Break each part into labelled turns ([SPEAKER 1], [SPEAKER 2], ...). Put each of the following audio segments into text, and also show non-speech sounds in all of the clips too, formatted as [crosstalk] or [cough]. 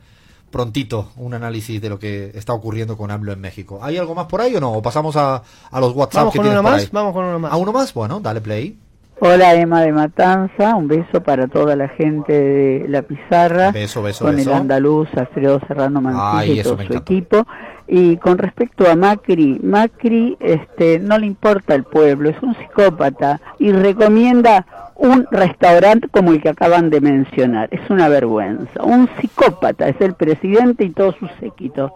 [SPEAKER 1] prontito un análisis de lo que está ocurriendo con AMLO en México. ¿Hay algo más por ahí o no? ¿O pasamos a, a los WhatsApp
[SPEAKER 2] Vamos
[SPEAKER 1] que
[SPEAKER 2] con
[SPEAKER 1] tienes
[SPEAKER 2] uno
[SPEAKER 1] por
[SPEAKER 2] más,
[SPEAKER 1] ahí?
[SPEAKER 2] vamos con uno más.
[SPEAKER 1] ¿A uno más? Bueno, dale play.
[SPEAKER 3] Hola Emma de Matanza, un beso para toda la gente de La Pizarra,
[SPEAKER 1] Beso, beso,
[SPEAKER 3] con
[SPEAKER 1] beso.
[SPEAKER 3] el andaluz Alfredo Serrano Mancilla
[SPEAKER 1] Ay,
[SPEAKER 3] y
[SPEAKER 1] eso
[SPEAKER 3] todo
[SPEAKER 1] me
[SPEAKER 3] su
[SPEAKER 1] encantó.
[SPEAKER 3] equipo. Y con respecto a Macri, Macri este, no le importa el pueblo, es un psicópata y recomienda un restaurante como el que acaban de mencionar. Es una vergüenza. Un psicópata es el presidente y todos sus séquitos.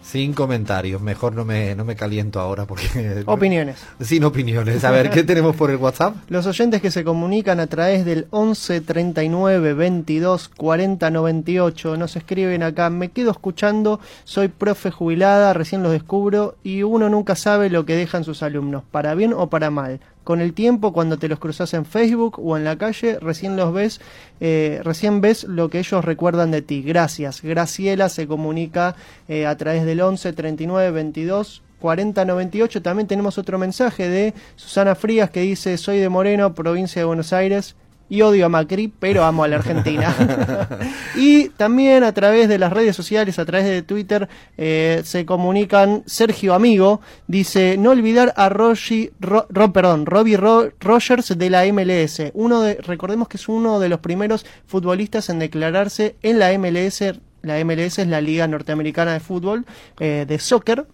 [SPEAKER 1] Sin comentarios. Mejor no me, no me caliento ahora porque... [laughs]
[SPEAKER 2] Opiniones.
[SPEAKER 1] Sin opiniones. A ver, ¿qué tenemos por el WhatsApp?
[SPEAKER 2] Los oyentes que se comunican a través del 11 39 22 40 98 nos escriben acá, me quedo escuchando, soy profe jubilada, recién los descubro y uno nunca sabe lo que dejan sus alumnos, para bien o para mal. Con el tiempo, cuando te los cruzas en Facebook o en la calle, recién los ves, eh, recién ves lo que ellos recuerdan de ti. Gracias. Graciela se comunica eh, a través del 11 39 22 4098. También tenemos otro mensaje de Susana Frías que dice: Soy de Moreno, provincia de Buenos Aires. Y odio a Macri, pero amo a la Argentina. y también a través de las redes sociales, a través de Twitter, eh, se comunican Sergio Amigo, dice, no olvidar a Rogi- Ro- Ro- perdón, Robbie Ro- Rogers de la MLS. Uno de, recordemos que es uno de los primeros futbolistas en declararse en la MLS. La MLS es la Liga Norteamericana de Fútbol, eh, de soccer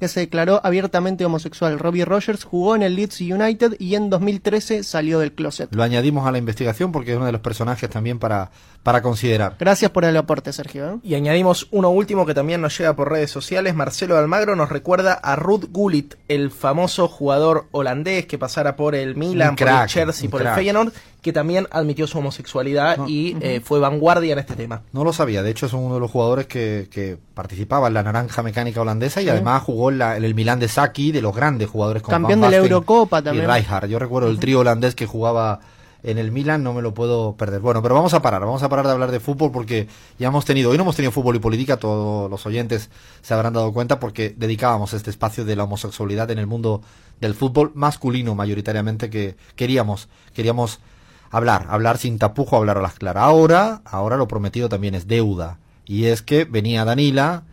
[SPEAKER 2] que se declaró abiertamente homosexual. Robbie Rogers jugó en el Leeds United y en 2013 salió del closet.
[SPEAKER 1] Lo añadimos a la investigación porque es uno de los personajes también para, para considerar.
[SPEAKER 2] Gracias por el aporte, Sergio. ¿eh?
[SPEAKER 4] Y añadimos uno último que también nos llega por redes sociales. Marcelo Almagro nos recuerda a Ruth Gullit, el famoso jugador holandés que pasara por el Milan,
[SPEAKER 1] Un crack,
[SPEAKER 4] por el Chelsea,
[SPEAKER 1] un
[SPEAKER 4] por el
[SPEAKER 1] crack.
[SPEAKER 4] Feyenoord, que también admitió su homosexualidad y eh, fue vanguardia en este tema.
[SPEAKER 1] No lo sabía, de hecho es uno de los jugadores que, que participaba en la naranja mecánica holandesa y además jugó en, la- en el Milán de Saki, de los grandes jugadores como
[SPEAKER 2] Campeón
[SPEAKER 1] Van
[SPEAKER 2] de la
[SPEAKER 1] Basten
[SPEAKER 2] Eurocopa
[SPEAKER 1] y
[SPEAKER 2] también.
[SPEAKER 1] Rijkaard. Yo recuerdo el trío holandés que jugaba en el Milan, no me lo puedo perder. Bueno, pero vamos a parar, vamos a parar de hablar de fútbol porque ya hemos tenido, hoy no hemos tenido fútbol y política, todos los oyentes se habrán dado cuenta porque dedicábamos este espacio de la homosexualidad en el mundo del fútbol masculino mayoritariamente que queríamos, queríamos hablar, hablar sin tapujo, hablar a las claras. Ahora, ahora lo prometido también es deuda. Y es que venía Danila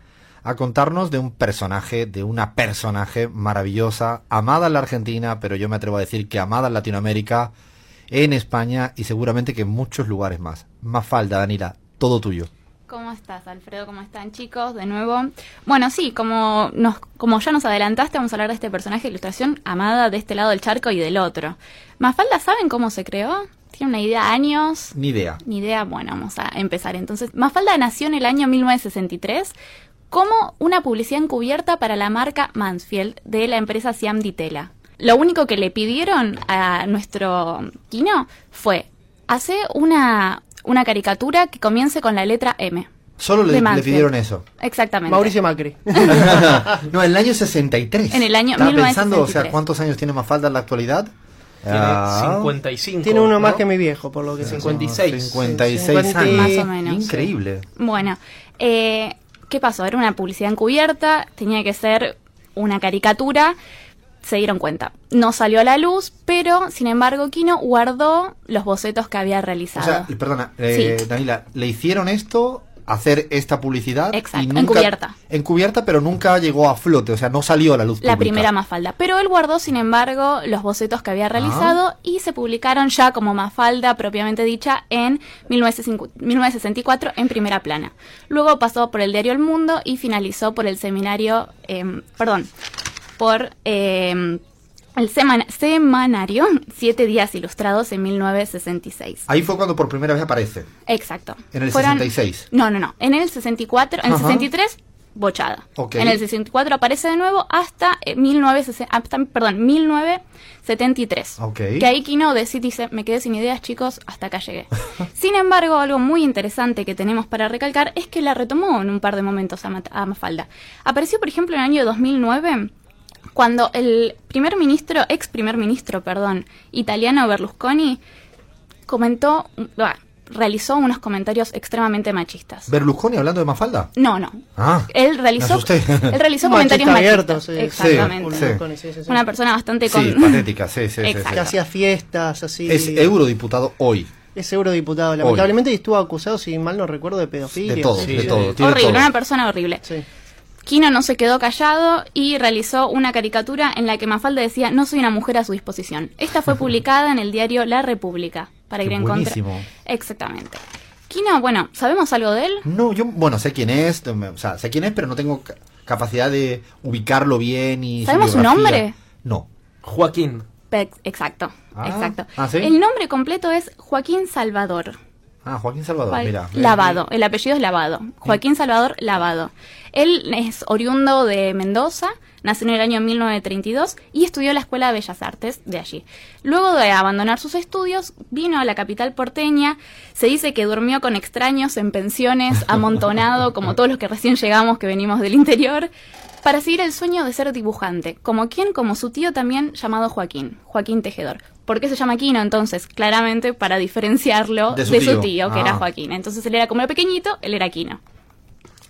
[SPEAKER 1] a contarnos de un personaje, de una personaje maravillosa, amada en la Argentina, pero yo me atrevo a decir que amada en Latinoamérica, en España y seguramente que en muchos lugares más. Mafalda, Danila, todo tuyo.
[SPEAKER 5] ¿Cómo estás, Alfredo? ¿Cómo están, chicos? De nuevo. Bueno, sí, como, nos, como ya nos adelantaste, vamos a hablar de este personaje de ilustración amada de este lado del charco y del otro. Mafalda, ¿saben cómo se creó? ¿Tiene una idea? ¿Años?
[SPEAKER 1] Ni idea.
[SPEAKER 5] Ni idea. Bueno, vamos a empezar entonces. Mafalda nació en el año 1963 como una publicidad encubierta para la marca Mansfield de la empresa Siam Ditela. Lo único que le pidieron a nuestro Kino fue hacer una, una caricatura que comience con la letra M.
[SPEAKER 1] Solo
[SPEAKER 5] De
[SPEAKER 1] le, le
[SPEAKER 5] Mansfield. [laughs]
[SPEAKER 1] pidieron eso.
[SPEAKER 5] Exactamente.
[SPEAKER 2] Mauricio Macri.
[SPEAKER 1] no, en el año 63.
[SPEAKER 5] En el año
[SPEAKER 1] Estaba pensando, o
[SPEAKER 5] 1963.
[SPEAKER 1] sea, ¿cuántos años tiene Mafalda en la actualidad?
[SPEAKER 4] Tiene
[SPEAKER 1] Ah,
[SPEAKER 4] 55.
[SPEAKER 2] Tiene uno más
[SPEAKER 4] ¿no?
[SPEAKER 2] que mi viejo, por lo que sé.
[SPEAKER 4] 56.
[SPEAKER 1] 56 años.
[SPEAKER 5] Más o menos.
[SPEAKER 1] Increíble.
[SPEAKER 5] Bueno, eh, ¿qué pasó? Era una publicidad encubierta, tenía que ser una caricatura, se dieron cuenta. No salió a la luz, pero sin embargo Kino guardó los bocetos que había
[SPEAKER 1] O
[SPEAKER 5] realizado.
[SPEAKER 1] sea, perdona, eh,
[SPEAKER 5] Sí.
[SPEAKER 1] Danila, le hicieron esto, hacer esta publicidad.
[SPEAKER 5] Exacto, encubierta.
[SPEAKER 1] Encubierta, pero nunca llegó a flote, o sea, no salió a la luz
[SPEAKER 5] la
[SPEAKER 1] pública.
[SPEAKER 5] primera Mafalda. Pero él guardó, sin embargo, los bocetos que había realizado y se publicaron ya como Mafalda propiamente dicha en 1905 1964 en primera plana. Luego pasó por el diario El Mundo y finalizó por el seminario, em, perdón, por em, el seman- semanario Siete Días Ilustrados en 1966.
[SPEAKER 1] Ahí fue cuando por primera vez aparece.
[SPEAKER 5] Exacto.
[SPEAKER 1] En el 66.
[SPEAKER 5] No, no, no. En el 64, en el
[SPEAKER 1] Ajá.
[SPEAKER 5] 63, bochada.
[SPEAKER 1] Ok.
[SPEAKER 5] En el 64 aparece de nuevo hasta, eh, 1960, hasta, perdón, 1973.
[SPEAKER 1] Ok.
[SPEAKER 5] Que ahí Kino decide, dice, me quedé sin ideas, chicos, hasta acá llegué. [laughs] sin embargo, algo muy interesante que tenemos para recalcar es que la retomó en un par de momentos a, Mat- a Mafalda. Apareció, por ejemplo, en el año 2009 cuando el primer ministro, ex primer ministro, perdón, italiano Berlusconi comentó, bah, realizó unos comentarios extremadamente machistas.
[SPEAKER 1] Berlusconi hablando de Mafalda.
[SPEAKER 5] No, no.
[SPEAKER 1] Ah,
[SPEAKER 5] Él
[SPEAKER 1] me
[SPEAKER 5] realizó,
[SPEAKER 1] asusté.
[SPEAKER 5] [laughs] él realizó
[SPEAKER 2] Un machista
[SPEAKER 5] comentarios
[SPEAKER 2] abierto,
[SPEAKER 5] machistas.
[SPEAKER 2] sí.
[SPEAKER 5] Exactamente.
[SPEAKER 1] Sí.
[SPEAKER 2] Con- sí, sí, sí.
[SPEAKER 5] Una persona bastante con...
[SPEAKER 1] Sí,
[SPEAKER 5] [laughs]
[SPEAKER 1] patética, sí, sí, sí, sí.
[SPEAKER 5] Exacto.
[SPEAKER 2] que hacía fiestas así.
[SPEAKER 1] Es eurodiputado hoy.
[SPEAKER 2] Es eurodiputado, lamentablemente, y estuvo acusado, si mal no recuerdo, de pedofilia.
[SPEAKER 1] De todo,
[SPEAKER 2] Sí,
[SPEAKER 1] de
[SPEAKER 2] sí.
[SPEAKER 1] todo. tiene
[SPEAKER 5] horrible,
[SPEAKER 1] todo.
[SPEAKER 5] una persona horrible.
[SPEAKER 2] Sí.
[SPEAKER 5] Kino no se quedó callado y realizó una caricatura en la que Mafalda decía, no soy una mujer a su disposición. Esta
[SPEAKER 1] [laughs]
[SPEAKER 5] fue publicada en el diario La República, para
[SPEAKER 1] Qué
[SPEAKER 5] ir en contra.
[SPEAKER 1] buenísimo.
[SPEAKER 5] Exactamente. Kino, bueno, ¿sabemos algo de él?
[SPEAKER 1] No, yo, bueno, sé quién es, me- o sea, sé quién es, pero no tengo ca- capacidad de ubicarlo bien y...
[SPEAKER 5] ¿Sabemos su
[SPEAKER 1] biografía.
[SPEAKER 5] nombre?
[SPEAKER 1] No.
[SPEAKER 4] Joaquín.
[SPEAKER 5] Pe- Exacto,
[SPEAKER 1] Ah,
[SPEAKER 5] exacto.
[SPEAKER 1] ah, ¿sí?
[SPEAKER 5] El nombre completo es Joaquín Salvador.
[SPEAKER 1] Ah, Joaquín Salvador,
[SPEAKER 5] Joa-
[SPEAKER 1] mira. Mm.
[SPEAKER 5] Lavado, el apellido es Lavado. Joaquín Salvador Lavado. Él es oriundo de Mendoza, nació en el año 1932 y estudió en la Escuela de Bellas Artes de allí. Luego de abandonar sus estudios, vino a la capital porteña. Se dice que durmió con extraños en pensiones, amontonado, como todos los que recién llegamos que venimos del interior, para seguir el sueño de ser dibujante. Como quien, como su tío también llamado Joaquín, Joaquín Tejedor. ¿Por qué se llama Quino entonces? Claramente para diferenciarlo de su, tío. que era
[SPEAKER 1] Ah.
[SPEAKER 5] Joaquín. Entonces él era como el pequeñito, él era Quino.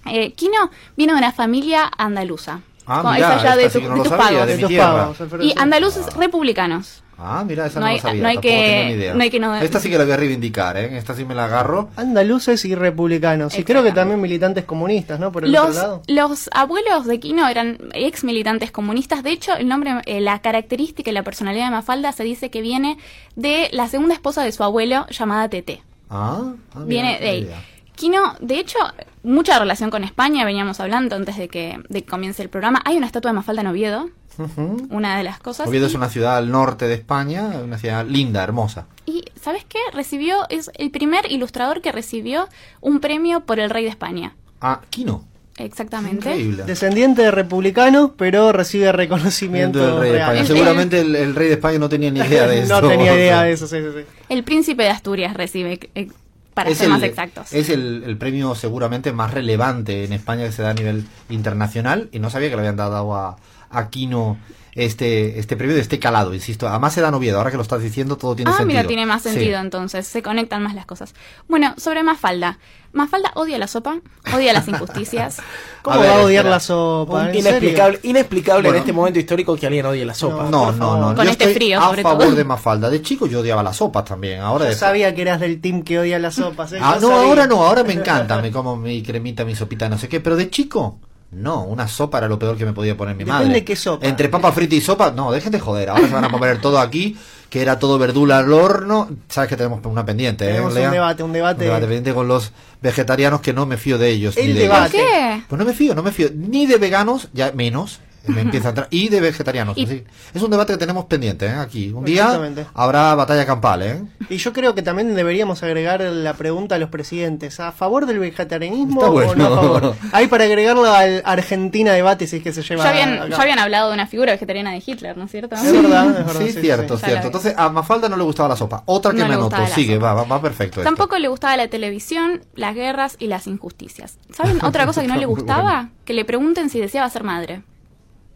[SPEAKER 5] Eh, Quino vino de una familia andaluza.
[SPEAKER 1] Ah,
[SPEAKER 5] Con-
[SPEAKER 1] mirá,
[SPEAKER 5] es allá de,
[SPEAKER 1] esta
[SPEAKER 5] tu-
[SPEAKER 1] sí que no
[SPEAKER 5] de
[SPEAKER 1] lo
[SPEAKER 5] tus
[SPEAKER 1] sabía,
[SPEAKER 5] pagos.
[SPEAKER 1] de
[SPEAKER 2] De
[SPEAKER 1] mi
[SPEAKER 2] tus
[SPEAKER 1] tierra.
[SPEAKER 2] pagos, Alfredo.
[SPEAKER 5] Y andaluces republicanos.
[SPEAKER 1] Ah, mira, esa
[SPEAKER 5] No
[SPEAKER 1] no,
[SPEAKER 5] hay-
[SPEAKER 1] la sabía.
[SPEAKER 5] no hay
[SPEAKER 1] tampoco
[SPEAKER 5] que-
[SPEAKER 1] tenía ni idea.
[SPEAKER 5] no hay que no-
[SPEAKER 1] Esta sí que la voy a reivindicar, ¿eh? Esta sí me la agarro.
[SPEAKER 2] Andaluces y republicanos. Y creo que también militantes comunistas, ¿no? Por el otro
[SPEAKER 5] Los,
[SPEAKER 2] lado.
[SPEAKER 5] los abuelos de Quino eran ex militantes comunistas. De hecho, el nombre, eh, la característica y la personalidad de Mafalda se dice que viene de la segunda esposa de su abuelo llamada Tete.
[SPEAKER 1] Ah, ah, mira,
[SPEAKER 5] Viene
[SPEAKER 1] no
[SPEAKER 5] de ahí.
[SPEAKER 1] tenía idea.
[SPEAKER 5] Quino, de hecho, mucha relación con España, veníamos hablando antes de que, de que comience el programa. Hay una estatua de Mafalda en Oviedo,
[SPEAKER 1] Ujú.
[SPEAKER 5] una de las cosas.
[SPEAKER 1] Oviedo
[SPEAKER 5] y-
[SPEAKER 1] es una ciudad al norte de España, una ciudad linda, hermosa.
[SPEAKER 5] Y, ¿sabes qué? Recibió, es el primer ilustrador que recibió un premio por el rey de España.
[SPEAKER 1] Ah, Quino.
[SPEAKER 5] Exactamente.
[SPEAKER 1] Increíble.
[SPEAKER 2] Descendiente de republicano, pero recibe
[SPEAKER 1] Viendo
[SPEAKER 2] reconocimiento
[SPEAKER 1] el rey de
[SPEAKER 2] real.
[SPEAKER 1] España. Seguramente el, el rey de España no tenía ni
[SPEAKER 2] [laughs]
[SPEAKER 1] idea de esto.
[SPEAKER 2] no tenía idea de eso, sí, sí, sí.
[SPEAKER 5] El príncipe de Asturias recibe, eh, para ser más exactos.
[SPEAKER 1] Es el, el premio seguramente más relevante en España que se da a nivel internacional y no sabía que le habían dado a, a Quino este, este premio de este calado, insisto. Además se da en Oviedo, ahora que lo estás diciendo todo tiene
[SPEAKER 5] ah,
[SPEAKER 1] sentido.
[SPEAKER 5] mira, tiene más
[SPEAKER 1] Sí.
[SPEAKER 5] sentido entonces, se conectan más las cosas. Bueno, sobre Mafalda. Mafalda odia la sopa, odia las
[SPEAKER 1] [laughs]
[SPEAKER 5] injusticias.
[SPEAKER 2] ¿Cómo
[SPEAKER 1] A ver,
[SPEAKER 2] va a odiar
[SPEAKER 1] espera.
[SPEAKER 2] la sopa? ¿En serio?
[SPEAKER 4] Inexplicable, inexplicable
[SPEAKER 1] Bueno.
[SPEAKER 4] en este momento histórico que alguien odie la sopa.
[SPEAKER 1] No, no, no.
[SPEAKER 5] Con
[SPEAKER 1] Yo
[SPEAKER 5] este
[SPEAKER 1] estoy
[SPEAKER 5] frío,
[SPEAKER 1] a
[SPEAKER 5] sobre
[SPEAKER 1] favor
[SPEAKER 5] todo.
[SPEAKER 1] de Mafalda. De chico yo odiaba las sopas también. Ahora
[SPEAKER 2] Yo
[SPEAKER 1] de-
[SPEAKER 2] sabía que eras del team que odia las sopas. ¿eh?
[SPEAKER 1] Ah,
[SPEAKER 2] Yo
[SPEAKER 1] no,
[SPEAKER 2] sabía.
[SPEAKER 1] ahora no, ahora me encanta. Me como mi cremita, mi sopita, no sé qué. Pero de chico, no, una sopa era lo peor que me podía poner mi
[SPEAKER 2] Depende
[SPEAKER 1] madre.
[SPEAKER 2] qué sopa.
[SPEAKER 1] Entre papa frita y sopa, no, dejen de joder. Ahora se van a comer todo aquí, que era todo verdura al horno. Sabes que tenemos una pendiente, ¿eh?
[SPEAKER 2] Tenemos un
[SPEAKER 1] Lea?
[SPEAKER 2] debate, un debate.
[SPEAKER 1] pendiente con los vegetarianos que no me fío de ellos.
[SPEAKER 2] El
[SPEAKER 1] ni de
[SPEAKER 2] debate.
[SPEAKER 5] ¿Por qué?
[SPEAKER 1] Pues no me fío, no me fío. Ni de veganos, ya menos. Me empieza a entrar. Y de vegetarianos.
[SPEAKER 5] Y-
[SPEAKER 1] así. Es un debate que tenemos pendiente, ¿eh? Aquí. Un día
[SPEAKER 2] Exactamente.
[SPEAKER 1] habrá batalla campal, ¿eh?
[SPEAKER 2] Y yo creo que también deberíamos agregar la pregunta a los presidentes. ¿A favor del vegetarianismo
[SPEAKER 1] Está bueno.
[SPEAKER 2] o no a favor? Hay para agregarla al Argentina debate si es que se lleva
[SPEAKER 5] Ya habían,
[SPEAKER 2] acá.
[SPEAKER 5] ya habían hablado de una figura vegetariana de Hitler, ¿no es cierto? [laughs]
[SPEAKER 2] Es verdad, es verdad,
[SPEAKER 1] Sí,
[SPEAKER 2] sí, sí,
[SPEAKER 1] cierto,
[SPEAKER 2] sí.
[SPEAKER 5] Ya la
[SPEAKER 1] cierto.
[SPEAKER 5] vi.
[SPEAKER 1] Entonces, a Mafalda no le gustaba la sopa. Otra que
[SPEAKER 5] No
[SPEAKER 1] me
[SPEAKER 5] le
[SPEAKER 1] anotó.
[SPEAKER 5] gustaba la
[SPEAKER 1] Sigue, va,
[SPEAKER 5] sopa.
[SPEAKER 1] va, va perfecto. esto.
[SPEAKER 5] Tampoco le gustaba la televisión, las guerras y las injusticias. ¿Saben otra cosa que no le
[SPEAKER 1] Está [laughs] muy
[SPEAKER 5] gustaba?
[SPEAKER 1] bueno.
[SPEAKER 5] Que le pregunten si deseaba ser madre.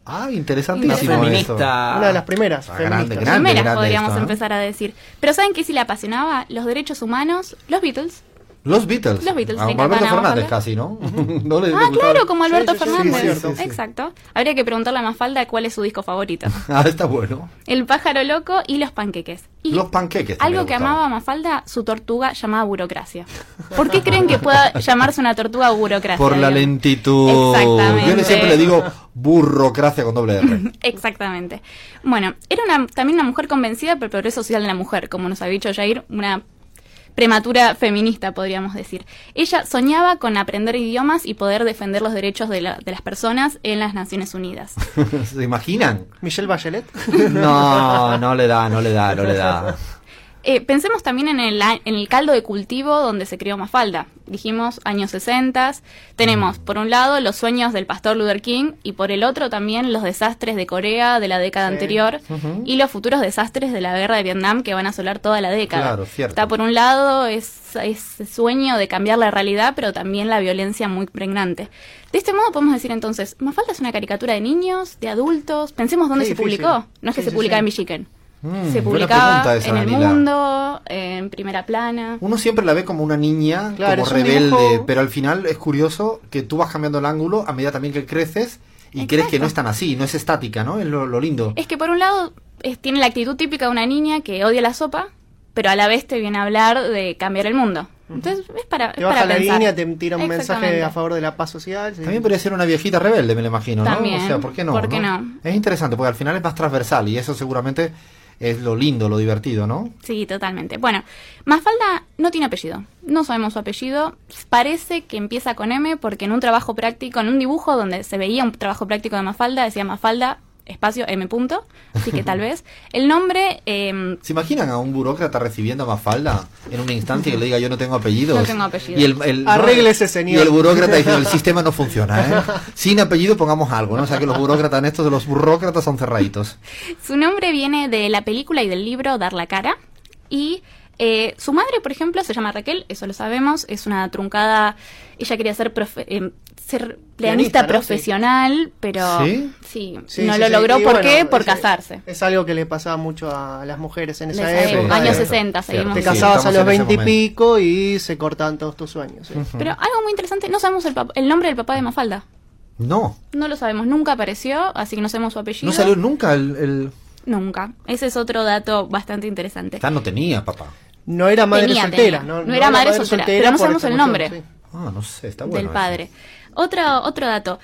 [SPEAKER 1] Ah,
[SPEAKER 4] La
[SPEAKER 1] interesantísimo.
[SPEAKER 4] feminista.
[SPEAKER 2] Una de las primeras.
[SPEAKER 1] Ah,
[SPEAKER 2] feministas.
[SPEAKER 1] grande, grande.
[SPEAKER 5] Primeras podríamos
[SPEAKER 1] esto, ¿eh?
[SPEAKER 5] empezar a decir. Pero ¿saben qué sí le apasionaba? Los derechos humanos, los Beatles.
[SPEAKER 1] esto. Los Beatles.
[SPEAKER 5] Los Beatles,
[SPEAKER 1] Ah,
[SPEAKER 5] me
[SPEAKER 1] Alberto
[SPEAKER 5] encantan a
[SPEAKER 1] Fernández
[SPEAKER 5] Mafalda.
[SPEAKER 1] casi, ¿no? [laughs] No le- le
[SPEAKER 5] Ah,
[SPEAKER 1] gustaba.
[SPEAKER 5] claro, como Alberto
[SPEAKER 2] Sí, sí, sí,
[SPEAKER 5] Fernández.
[SPEAKER 2] sí, cierto, sí.
[SPEAKER 5] Exacto. Habría que preguntarle a Mafalda cuál es su disco
[SPEAKER 1] [laughs]
[SPEAKER 5] favorito.
[SPEAKER 1] Ah, está bueno.
[SPEAKER 5] El pájaro loco y los panqueques. Y
[SPEAKER 1] Los panqueques. también
[SPEAKER 5] algo
[SPEAKER 1] le
[SPEAKER 5] que
[SPEAKER 1] gustaban.
[SPEAKER 5] amaba Mafalda, su tortuga llamada burocracia. ¿Por qué creen que pueda llamarse una tortuga burocracia?
[SPEAKER 1] Por la
[SPEAKER 5] Digan.
[SPEAKER 1] lentitud.
[SPEAKER 5] Exactamente.
[SPEAKER 1] Yo le siempre le digo burrocracia con doble R.
[SPEAKER 5] [laughs] Exactamente. Bueno, era una, también una mujer convencida por el progreso social de la mujer, como nos había dicho Jair, una prematura feminista, podríamos decir. Ella soñaba con aprender idiomas y poder defender los derechos de, la- de las personas en las Naciones Unidas.
[SPEAKER 1] ¿Se imaginan?
[SPEAKER 2] Michelle Bachelet.
[SPEAKER 1] No, no le da, no le da, no le da.
[SPEAKER 5] Eh, pensemos también en el, a- en el caldo de cultivo donde se crió Mafalda. Dijimos años 60. Tenemos, por un lado, los sueños del pastor Luther King y por el otro también los desastres de Corea de la década
[SPEAKER 2] Sí.
[SPEAKER 5] anterior y los futuros desastres de la guerra de Vietnam que van a asolar toda la década.
[SPEAKER 1] Claro, cierto.
[SPEAKER 5] Está, por un lado, es- ese sueño de cambiar la realidad, pero también la violencia muy pregnante. De este modo podemos decir entonces, Mafalda es una caricatura de niños, de adultos. Pensemos dónde
[SPEAKER 2] Qué
[SPEAKER 5] se
[SPEAKER 2] difícil.
[SPEAKER 5] publicó. No es que
[SPEAKER 2] Sí,
[SPEAKER 5] se
[SPEAKER 2] sí,
[SPEAKER 5] publicaba
[SPEAKER 2] sí.
[SPEAKER 5] en Michigan.
[SPEAKER 1] Mm,
[SPEAKER 5] se
[SPEAKER 1] buena
[SPEAKER 5] publicaba
[SPEAKER 1] pregunta esa,
[SPEAKER 5] en El
[SPEAKER 1] Vanila.
[SPEAKER 5] Mundo, en Primera Plana.
[SPEAKER 1] Uno siempre la ve como una niña,
[SPEAKER 2] Claro,
[SPEAKER 1] como
[SPEAKER 2] es un
[SPEAKER 1] rebelde,
[SPEAKER 2] dibujo-
[SPEAKER 1] pero al final es curioso que tú vas cambiando el ángulo a medida también que creces y crees que no es tan así, no es estática, ¿no? Es lo, lo lindo.
[SPEAKER 5] Es que por un lado es- tiene la actitud típica de una niña que odia la sopa, pero a la vez te viene a hablar de cambiar el mundo. Entonces es para, es
[SPEAKER 2] Te baja
[SPEAKER 5] para
[SPEAKER 2] la
[SPEAKER 5] pensar.
[SPEAKER 2] línea, te tira un mensaje
[SPEAKER 5] Exactamente.
[SPEAKER 2] a favor de la paz social. sí.
[SPEAKER 1] También podría ser una viejita rebelde, me lo imagino, ¿no?
[SPEAKER 5] También,
[SPEAKER 1] o sea, ¿por qué no?
[SPEAKER 5] ¿por qué
[SPEAKER 1] no?
[SPEAKER 5] no?
[SPEAKER 1] Es interesante porque al final es más transversal y eso seguramente es lo lindo, lo divertido, ¿no?
[SPEAKER 5] Sí, totalmente. Bueno, Mafalda no tiene apellido. No sabemos su apellido. Parece que empieza con M porque en un trabajo práctico, en un dibujo donde se veía un trabajo práctico de Mafalda, decía Mafalda espacio M punto, así que
[SPEAKER 2] [laughs]
[SPEAKER 5] tal vez el nombre eh,
[SPEAKER 1] ¿Se imaginan a un burócrata recibiendo a Mafalda en una instancia que le diga yo no tengo apellidos?
[SPEAKER 5] No tengo apellidos.
[SPEAKER 1] Y el, el-
[SPEAKER 2] Arréglese, señor.
[SPEAKER 1] Y el burócrata
[SPEAKER 2] [laughs]
[SPEAKER 1] diciendo el sistema no funciona, ¿eh? Sin apellido pongamos algo, ¿no? O sea que los burócratas en estos, los burócratas son cerraditos.
[SPEAKER 5] Su nombre viene de la película y del libro Dar la cara. Y eh, su madre, por ejemplo, se llama Raquel, eso lo sabemos, es una truncada. Ella quería ser, profe- eh, ser
[SPEAKER 2] Pianista,
[SPEAKER 5] pianista
[SPEAKER 2] ¿no?
[SPEAKER 5] profesional, pero
[SPEAKER 1] ¿Sí?
[SPEAKER 5] sí,
[SPEAKER 2] Sí,
[SPEAKER 5] no
[SPEAKER 2] sí,
[SPEAKER 5] lo
[SPEAKER 2] sí.
[SPEAKER 5] logró.
[SPEAKER 2] Y
[SPEAKER 5] ¿Por
[SPEAKER 2] bueno,
[SPEAKER 5] qué? Por
[SPEAKER 2] es-
[SPEAKER 5] casarse.
[SPEAKER 2] Es algo que le pasaba mucho a las mujeres en
[SPEAKER 5] Les
[SPEAKER 2] esa
[SPEAKER 5] sabemos,
[SPEAKER 2] época.
[SPEAKER 5] años
[SPEAKER 1] Eh, Cierto,
[SPEAKER 5] 60 seguimos.
[SPEAKER 1] cierto.
[SPEAKER 2] Te
[SPEAKER 5] Sí,
[SPEAKER 2] casabas a
[SPEAKER 1] estamos
[SPEAKER 2] los
[SPEAKER 1] en ese
[SPEAKER 2] 20 y
[SPEAKER 1] momento.
[SPEAKER 2] pico y se cortaban todos tus sueños. sí.
[SPEAKER 5] Pero algo muy interesante, no sabemos el, pap- el nombre del papá de Mafalda.
[SPEAKER 1] No,
[SPEAKER 5] No lo sabemos, nunca apareció, así que no sabemos su apellido.
[SPEAKER 1] no salió nunca el... el...
[SPEAKER 5] Nunca. Ese es otro dato bastante interesante.
[SPEAKER 1] Tal no tenía, papá.
[SPEAKER 2] No era madre
[SPEAKER 5] Tenía,
[SPEAKER 2] soltera.
[SPEAKER 5] tenía. No era madre soltera, pero no
[SPEAKER 2] por
[SPEAKER 5] sabemos
[SPEAKER 2] esta
[SPEAKER 5] el
[SPEAKER 2] cuestión,
[SPEAKER 5] nombre.
[SPEAKER 2] sí.
[SPEAKER 1] Ah, no sé, está bueno.
[SPEAKER 5] del
[SPEAKER 1] eso.
[SPEAKER 5] padre. Otro, otro dato.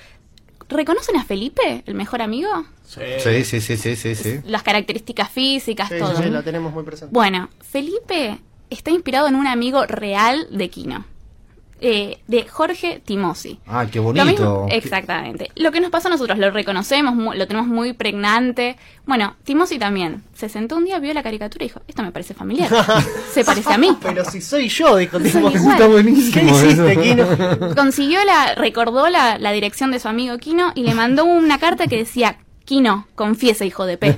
[SPEAKER 5] ¿Reconocen a Felipe, el mejor amigo?
[SPEAKER 1] Sí, sí, sí, sí, sí, sí.
[SPEAKER 5] Las características físicas,
[SPEAKER 2] Sí, sí,
[SPEAKER 5] todo.
[SPEAKER 2] sí, la tenemos muy presente.
[SPEAKER 5] Bueno, Felipe está inspirado en un amigo real de Quino. eh, de Jorge Timosi.
[SPEAKER 1] Ah, qué
[SPEAKER 5] Lo mismo-
[SPEAKER 1] bonito.
[SPEAKER 5] exactamente. Lo que nos pasó a nosotros, lo reconocemos, mu- lo tenemos muy pregnante. Bueno, Timosi también se sentó un día, vio la caricatura y dijo, esto me parece
[SPEAKER 1] [laughs]
[SPEAKER 5] familiar. se parece a mí.
[SPEAKER 2] Pero si soy yo, dijo
[SPEAKER 5] Soy
[SPEAKER 2] Timosi.
[SPEAKER 5] igual.
[SPEAKER 2] [laughs] Está buenísimo ¿Qué hiciste,
[SPEAKER 1] eso.
[SPEAKER 2] Kino?
[SPEAKER 5] Consiguió la, recordó la, la dirección de su amigo Kino y le mandó una carta que decía, Kino, confiesa, hijo de P.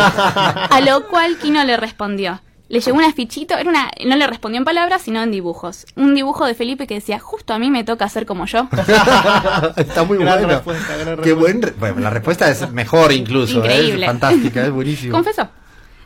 [SPEAKER 5] A lo cual Kino le respondió. Le llegó una fichito, era una, no le respondió en palabras, sino en dibujos. Un dibujo de Felipe que decía, justo a mí me toca ser como yo.
[SPEAKER 1] [laughs] Está muy
[SPEAKER 2] Gran
[SPEAKER 1] bueno.
[SPEAKER 2] respuesta, gran
[SPEAKER 1] Qué
[SPEAKER 2] respuesta.
[SPEAKER 1] buen re- bueno, la respuesta es mejor incluso. ¿eh?
[SPEAKER 5] Increíble.
[SPEAKER 1] Es fantástica, es
[SPEAKER 5] [laughs]
[SPEAKER 1] buenísimo.
[SPEAKER 5] Confesó.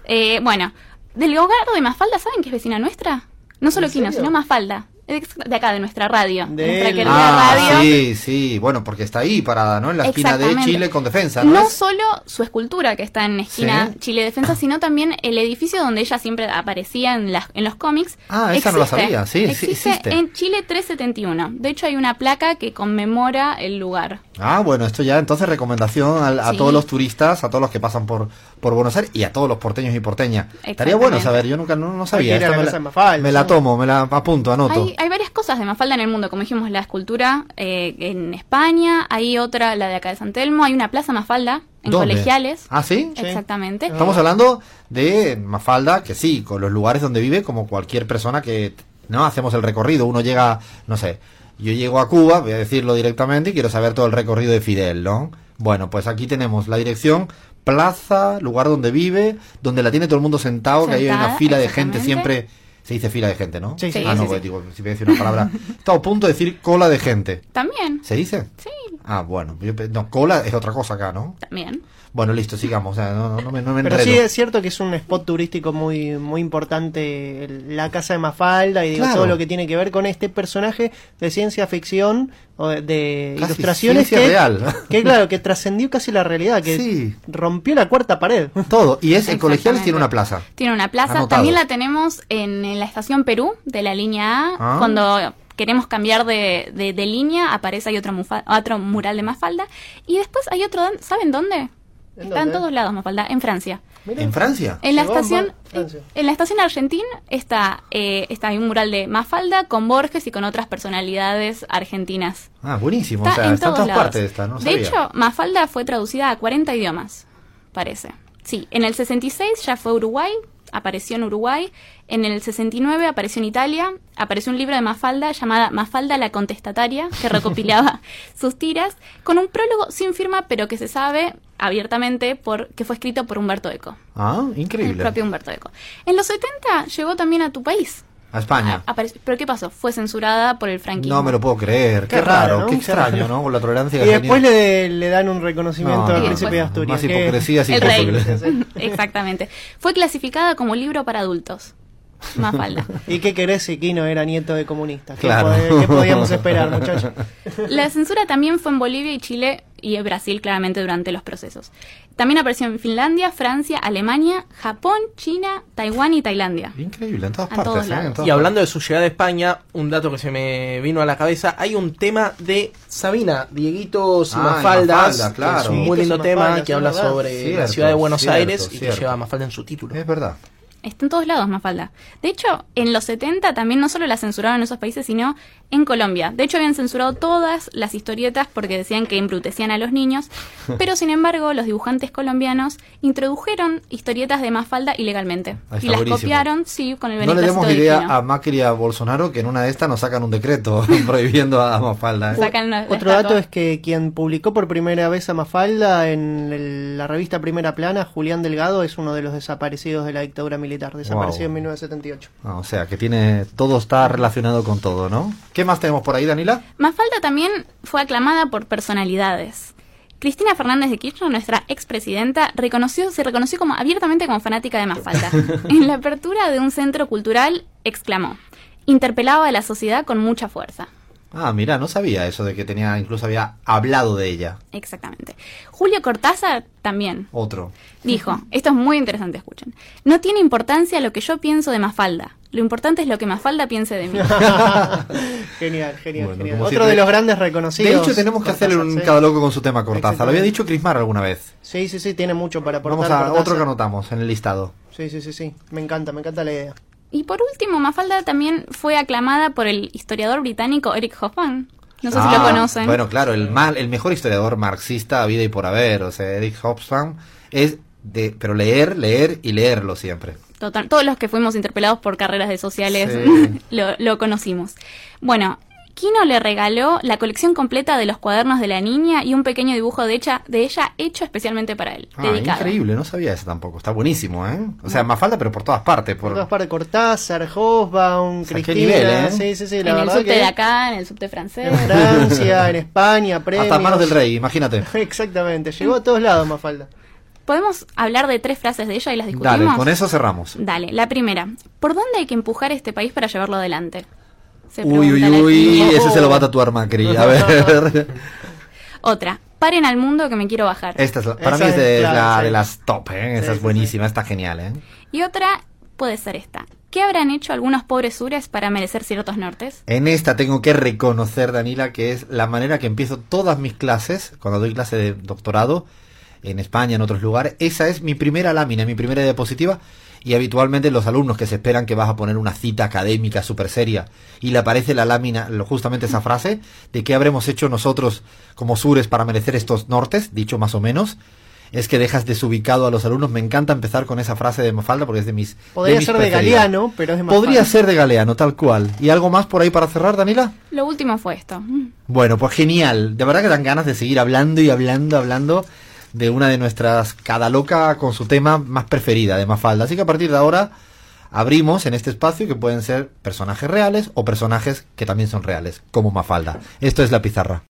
[SPEAKER 5] Eh, bueno, del hogar de Mafalda, ¿saben que es vecina nuestra? No solo Kino, sino Mafalda. Es De acá, de nuestra radio.
[SPEAKER 2] De
[SPEAKER 5] nuestra
[SPEAKER 2] él.
[SPEAKER 5] querida
[SPEAKER 1] Ah,
[SPEAKER 5] radio.
[SPEAKER 1] sí, sí. Bueno, porque está ahí parada, ¿no? En la esquina de
[SPEAKER 5] Exactamente.
[SPEAKER 1] Chile con defensa, ¿no?
[SPEAKER 5] No
[SPEAKER 1] es?
[SPEAKER 5] solo su escultura que está en esquina
[SPEAKER 1] Sí.
[SPEAKER 5] Chile Defensa, sino también el edificio donde ella siempre aparecía en, las, en los cómics.
[SPEAKER 1] Ah, esa no la sabía. Sí, sí, existe.
[SPEAKER 5] En Chile 371. De hecho, hay una placa que conmemora el lugar.
[SPEAKER 1] Ah, bueno, esto ya entonces recomendación al- a,
[SPEAKER 5] Sí.
[SPEAKER 1] todos los turistas, a todos los que pasan por, por Buenos Aires y a todos los porteños y porteñas. Estaría
[SPEAKER 5] Exactamente.
[SPEAKER 1] bueno saber, yo nunca no, no sabía.
[SPEAKER 2] Hay que ir a la
[SPEAKER 1] Esta me,
[SPEAKER 2] casa de
[SPEAKER 1] la,
[SPEAKER 2] Mafalda,
[SPEAKER 1] me la
[SPEAKER 2] ¿sí?
[SPEAKER 1] tomo, me la apunto, anoto.
[SPEAKER 5] Hay, hay varias cosas de Mafalda en el mundo, como dijimos, la escultura eh, en España, hay otra, la de acá de San Telmo, hay una plaza Mafalda en
[SPEAKER 1] ¿Dónde?
[SPEAKER 5] colegiales.
[SPEAKER 1] ¿Ah, sí?
[SPEAKER 5] Exactamente.
[SPEAKER 1] Estamos hablando de Mafalda, que sí, con los lugares donde vive, como cualquier persona que no hacemos el recorrido. Uno llega, no sé, yo llego a Cuba, voy a decirlo directamente, y quiero saber todo el recorrido de Fidel, ¿no? Bueno, pues aquí tenemos la dirección, plaza, lugar donde vive, donde la tiene todo el mundo sentado, que ahí hay una
[SPEAKER 5] Sentada,
[SPEAKER 1] fila de gente
[SPEAKER 5] exactamente.
[SPEAKER 1] siempre. Se dice fila de gente, ¿no?
[SPEAKER 2] Sí, sí,
[SPEAKER 1] ah,
[SPEAKER 5] sí,
[SPEAKER 1] no,
[SPEAKER 5] sí,
[SPEAKER 1] pues,
[SPEAKER 5] sí.
[SPEAKER 1] digo, si voy a decir
[SPEAKER 5] [laughs]
[SPEAKER 1] una palabra. Estaba a punto de decir cola de gente.
[SPEAKER 5] También,
[SPEAKER 1] ¿Se dice?
[SPEAKER 5] sí,
[SPEAKER 1] Ah, bueno. yo pe- no, cola es otra cosa acá, ¿no?
[SPEAKER 5] también.
[SPEAKER 1] Bueno, listo, sigamos. o sea, no, no- no me, no me
[SPEAKER 2] Pero
[SPEAKER 1] enredo.
[SPEAKER 2] sí es cierto que es un spot turístico muy muy importante el- la casa de Mafalda y digo,
[SPEAKER 1] Claro.
[SPEAKER 2] todo lo que tiene que ver con este personaje de ciencia ficción o de- de
[SPEAKER 1] Casi
[SPEAKER 2] ilustraciones
[SPEAKER 1] ciencia
[SPEAKER 2] que
[SPEAKER 1] real.
[SPEAKER 2] que claro que trascendió casi la realidad que
[SPEAKER 1] Sí.
[SPEAKER 2] rompió la cuarta pared.
[SPEAKER 1] Todo. Y es el
[SPEAKER 5] Exactamente.
[SPEAKER 1] colegial tiene una plaza.
[SPEAKER 5] Tiene una plaza,
[SPEAKER 1] Anotado.
[SPEAKER 5] también la tenemos en, en la estación Perú de la línea A.
[SPEAKER 1] Ah.
[SPEAKER 5] Cuando queremos cambiar de, de- de línea, aparece ahí otro, mufa- otro mural de Mafalda. Y después hay otro, dan- ¿saben dónde?
[SPEAKER 2] ¿En
[SPEAKER 5] Está en
[SPEAKER 2] dónde? Ah,
[SPEAKER 5] todos lados Mafalda, en Francia.
[SPEAKER 1] ¿En Francia?
[SPEAKER 5] En la
[SPEAKER 2] Llegó a
[SPEAKER 5] estación,
[SPEAKER 2] Mar- Francia.
[SPEAKER 5] en la estación argentina está, eh, está hay un mural de Mafalda con Borges y con otras personalidades argentinas.
[SPEAKER 1] Ah, buenísimo.
[SPEAKER 5] Está
[SPEAKER 1] o sea,
[SPEAKER 5] en
[SPEAKER 1] está en
[SPEAKER 5] todos
[SPEAKER 1] todas
[SPEAKER 5] lados.
[SPEAKER 1] partes esta, no
[SPEAKER 5] de
[SPEAKER 1] sabía.
[SPEAKER 5] hecho, Mafalda fue traducida a 40 idiomas, parece. Sí, en el 66 ya fue a Uruguay, apareció en Uruguay, en el 69 apareció en Italia, apareció un libro de Mafalda llamada Mafalda la contestataria, que
[SPEAKER 1] [laughs]
[SPEAKER 5] recopilaba sus tiras, con un prólogo sin firma, pero que se sabe abiertamente por, que fue escrito por Humberto Eco.
[SPEAKER 1] ah,
[SPEAKER 5] El
[SPEAKER 1] increíble.
[SPEAKER 5] propio Humberto Eco. En los 70 llegó también a tu país.
[SPEAKER 1] A España.
[SPEAKER 5] A- apareció- Pero ¿qué pasó? Fue censurada por el franquismo.
[SPEAKER 1] no me lo puedo creer. Qué,
[SPEAKER 2] Qué raro,
[SPEAKER 1] raro,
[SPEAKER 2] ¿no?
[SPEAKER 1] qué
[SPEAKER 2] Qué
[SPEAKER 1] extraño,
[SPEAKER 2] raro.
[SPEAKER 1] ¿no? Con la tolerancia
[SPEAKER 2] [laughs] Y
[SPEAKER 1] que
[SPEAKER 2] después
[SPEAKER 1] tenía.
[SPEAKER 2] le, le dan un reconocimiento
[SPEAKER 1] No,
[SPEAKER 2] al
[SPEAKER 1] no,
[SPEAKER 2] príncipe
[SPEAKER 1] no,
[SPEAKER 2] de Asturias.
[SPEAKER 1] Más
[SPEAKER 2] que-
[SPEAKER 1] hipocresía es
[SPEAKER 5] El rey.
[SPEAKER 1] imposible.
[SPEAKER 5] [laughs]
[SPEAKER 1] [laughs]
[SPEAKER 5] Exactamente. Fue clasificada como libro para adultos. Mafalda.
[SPEAKER 2] ¿Y qué querés si Kino era nieto de comunista? ¿Qué,
[SPEAKER 1] Claro.
[SPEAKER 2] pod- qué
[SPEAKER 1] [laughs]
[SPEAKER 2] podíamos esperar, muchachos?
[SPEAKER 5] La censura también fue en Bolivia y Chile y en Brasil claramente durante los procesos. También apareció en Finlandia, Francia, Alemania, Japón, China, Taiwán y Tailandia.
[SPEAKER 1] Increíble, en todas
[SPEAKER 5] A
[SPEAKER 1] partes.
[SPEAKER 5] todos
[SPEAKER 1] ¿eh?
[SPEAKER 5] lados.
[SPEAKER 1] En todas
[SPEAKER 4] Y hablando de su llegada a España, un dato que se me vino a la cabeza, hay un tema de Sabina, Dieguito
[SPEAKER 1] Ah, y
[SPEAKER 4] Simafaldas,
[SPEAKER 1] Mafalda, claro.
[SPEAKER 4] que es un
[SPEAKER 1] Dieguito
[SPEAKER 4] muy lindo
[SPEAKER 2] Simafaldas,
[SPEAKER 4] tema que
[SPEAKER 2] es
[SPEAKER 4] habla
[SPEAKER 2] verdad.
[SPEAKER 4] sobre la
[SPEAKER 1] Cierto,
[SPEAKER 4] ciudad de Buenos
[SPEAKER 1] cierto,
[SPEAKER 4] Aires y
[SPEAKER 1] cierto.
[SPEAKER 4] que lleva a Mafalda en su título.
[SPEAKER 1] partes. Es verdad.
[SPEAKER 5] Está en todos lados Mafalda. De hecho, en los 70 también no solo la censuraron en esos países, sino en Colombia. De hecho, habían censurado todas las historietas porque decían que embrutecían a los
[SPEAKER 1] [laughs]
[SPEAKER 5] niños. Pero, sin embargo, los dibujantes colombianos introdujeron historietas de Mafalda ilegalmente.
[SPEAKER 1] Ahí Ah, está
[SPEAKER 5] y las
[SPEAKER 1] buenísimo.
[SPEAKER 5] copiaron, sí, con el
[SPEAKER 1] No le
[SPEAKER 5] beneplácito
[SPEAKER 1] demos
[SPEAKER 5] de
[SPEAKER 1] idea
[SPEAKER 5] Quino.
[SPEAKER 1] a Macri y a Bolsonaro que en una de estas nos sacan un decreto [laughs] prohibiendo a Mafalda. ¿eh?
[SPEAKER 5] Sacan la- la
[SPEAKER 2] Otro
[SPEAKER 5] estatua.
[SPEAKER 2] dato es que quien publicó por primera vez a Mafalda en el- la revista Primera Plana, Julián Delgado, es uno de los desaparecidos de la dictadura militar, desaparecido
[SPEAKER 1] Wow.
[SPEAKER 2] en
[SPEAKER 1] [laughs]
[SPEAKER 2] 1978.
[SPEAKER 1] Ah, o sea, que tiene todo está relacionado con todo, ¿no? ¿Qué más tenemos por ahí, Danila?
[SPEAKER 5] Mafalda también fue aclamada por personalidades. Cristina Fernández de Kirchner, nuestra expresidenta, reconoció, se reconoció como abiertamente como fanática de
[SPEAKER 1] [laughs]
[SPEAKER 5] Mafalda. En la apertura de un centro cultural, exclamó, interpelaba a la sociedad con mucha fuerza.
[SPEAKER 1] Ah, mira, no sabía eso de que tenía, incluso había hablado de ella.
[SPEAKER 5] Exactamente. Julio Cortázar también
[SPEAKER 2] [laughs]
[SPEAKER 1] Otro.
[SPEAKER 5] dijo, esto es muy interesante, escuchen, no tiene importancia lo que yo pienso de Mafalda, lo importante es lo que Mafalda piense
[SPEAKER 1] [laughs]
[SPEAKER 5] de mí.
[SPEAKER 2] Genial, genial,
[SPEAKER 1] Bueno,
[SPEAKER 2] genial.
[SPEAKER 1] como
[SPEAKER 2] Otro
[SPEAKER 1] siempre-
[SPEAKER 2] de los grandes reconocidos.
[SPEAKER 1] de hecho, tenemos que hacer
[SPEAKER 2] Cortázar,
[SPEAKER 1] un
[SPEAKER 2] ¿sí?
[SPEAKER 1] cada loco con su tema Cortázar. Lo había dicho Crismar alguna vez.
[SPEAKER 2] Sí, sí, sí, tiene mucho para aportar.
[SPEAKER 1] Vamos a
[SPEAKER 2] Cortázar.
[SPEAKER 1] otro que anotamos en el listado.
[SPEAKER 2] Sí, sí, sí, sí. Me encanta, me encanta la idea.
[SPEAKER 5] Y por último, Mafalda también fue aclamada por el historiador británico Eric Hoffman. No sé si
[SPEAKER 1] Ah,
[SPEAKER 5] lo conocen.
[SPEAKER 1] Bueno, claro, el mal, el mejor historiador marxista a vida y por haber, o sea, Eric Hobsbawm es de, pero leer, leer y leerlo siempre.
[SPEAKER 5] Total- todos los que fuimos interpelados por carreras de sociales
[SPEAKER 1] Sí.
[SPEAKER 5] [laughs] lo, lo conocimos. Bueno, Kino le regaló la colección completa de los cuadernos de la niña y un pequeño dibujo de ella, de ella hecho especialmente para él,
[SPEAKER 1] Ah,
[SPEAKER 5] dedicado.
[SPEAKER 1] increíble, no sabía eso tampoco. Está buenísimo, ¿eh? O sea, Mafalda, pero por todas partes. Por...
[SPEAKER 2] Por todas partes, Cortázar, Hobsbawm,
[SPEAKER 1] sea, qué
[SPEAKER 2] Cristina.
[SPEAKER 1] nivel, ¿eh?
[SPEAKER 2] Sí, sí, sí, la
[SPEAKER 5] en el
[SPEAKER 2] verdad
[SPEAKER 5] subte
[SPEAKER 2] que
[SPEAKER 5] de acá, en el subte francés.
[SPEAKER 2] en Francia,
[SPEAKER 1] [laughs]
[SPEAKER 2] en España, premios.
[SPEAKER 1] Hasta manos del rey, imagínate.
[SPEAKER 2] [laughs] Exactamente, llegó a todos lados Mafalda.
[SPEAKER 5] Podemos hablar de tres frases de ella y las [laughs] discutimos.
[SPEAKER 1] Dale, con eso cerramos.
[SPEAKER 5] Dale, la primera. ¿Por dónde hay que empujar este país para llevarlo adelante? Se
[SPEAKER 1] Uy, uy,
[SPEAKER 5] pregunta la
[SPEAKER 1] uy,
[SPEAKER 5] niña.
[SPEAKER 1] ese se
[SPEAKER 2] Oh.
[SPEAKER 1] lo va a
[SPEAKER 2] [laughs]
[SPEAKER 1] tatuar Macri. A ver.
[SPEAKER 5] [laughs] Otra. Paren al mundo que me quiero bajar.
[SPEAKER 1] Esta es la- para
[SPEAKER 2] Esa
[SPEAKER 1] mí es de,
[SPEAKER 2] es clave,
[SPEAKER 1] la,
[SPEAKER 2] sí.
[SPEAKER 1] de las top, ¿eh?
[SPEAKER 2] Sí,
[SPEAKER 1] Esa
[SPEAKER 2] sí,
[SPEAKER 1] es buenísima, está genial, ¿eh?
[SPEAKER 5] Y otra puede ser esta. ¿Qué habrán hecho algunos pobres sures para merecer ciertos nortes?
[SPEAKER 1] En esta tengo que reconocer, Danila, que es la manera que empiezo todas mis clases, cuando doy clase de doctorado, en España, en otros lugares. Esa es mi primera lámina, mi primera diapositiva. Y habitualmente los alumnos que se esperan que vas a poner una cita académica súper seria y le aparece la lámina, lo- justamente esa frase, de qué habremos hecho nosotros como sures para merecer estos nortes, dicho más o menos, es que dejas desubicado a los alumnos. Me encanta empezar con esa frase de Mafalda porque es de mis...
[SPEAKER 2] Podría
[SPEAKER 1] mis
[SPEAKER 2] ser de
[SPEAKER 1] preferidas.
[SPEAKER 2] Galeano, pero es de Mafalda.
[SPEAKER 1] Podría ser de Galeano, tal cual. ¿Y algo más por ahí para cerrar, Danila?
[SPEAKER 5] Lo último fue esto. Mm.
[SPEAKER 1] Bueno, pues genial. De verdad que dan ganas de seguir hablando y hablando, hablando de una de nuestras cada loca con su tema más preferida de Mafalda. Así que a partir de ahora abrimos en este espacio que pueden ser personajes reales o personajes que también son reales, como Mafalda. Esto es La Pizarra.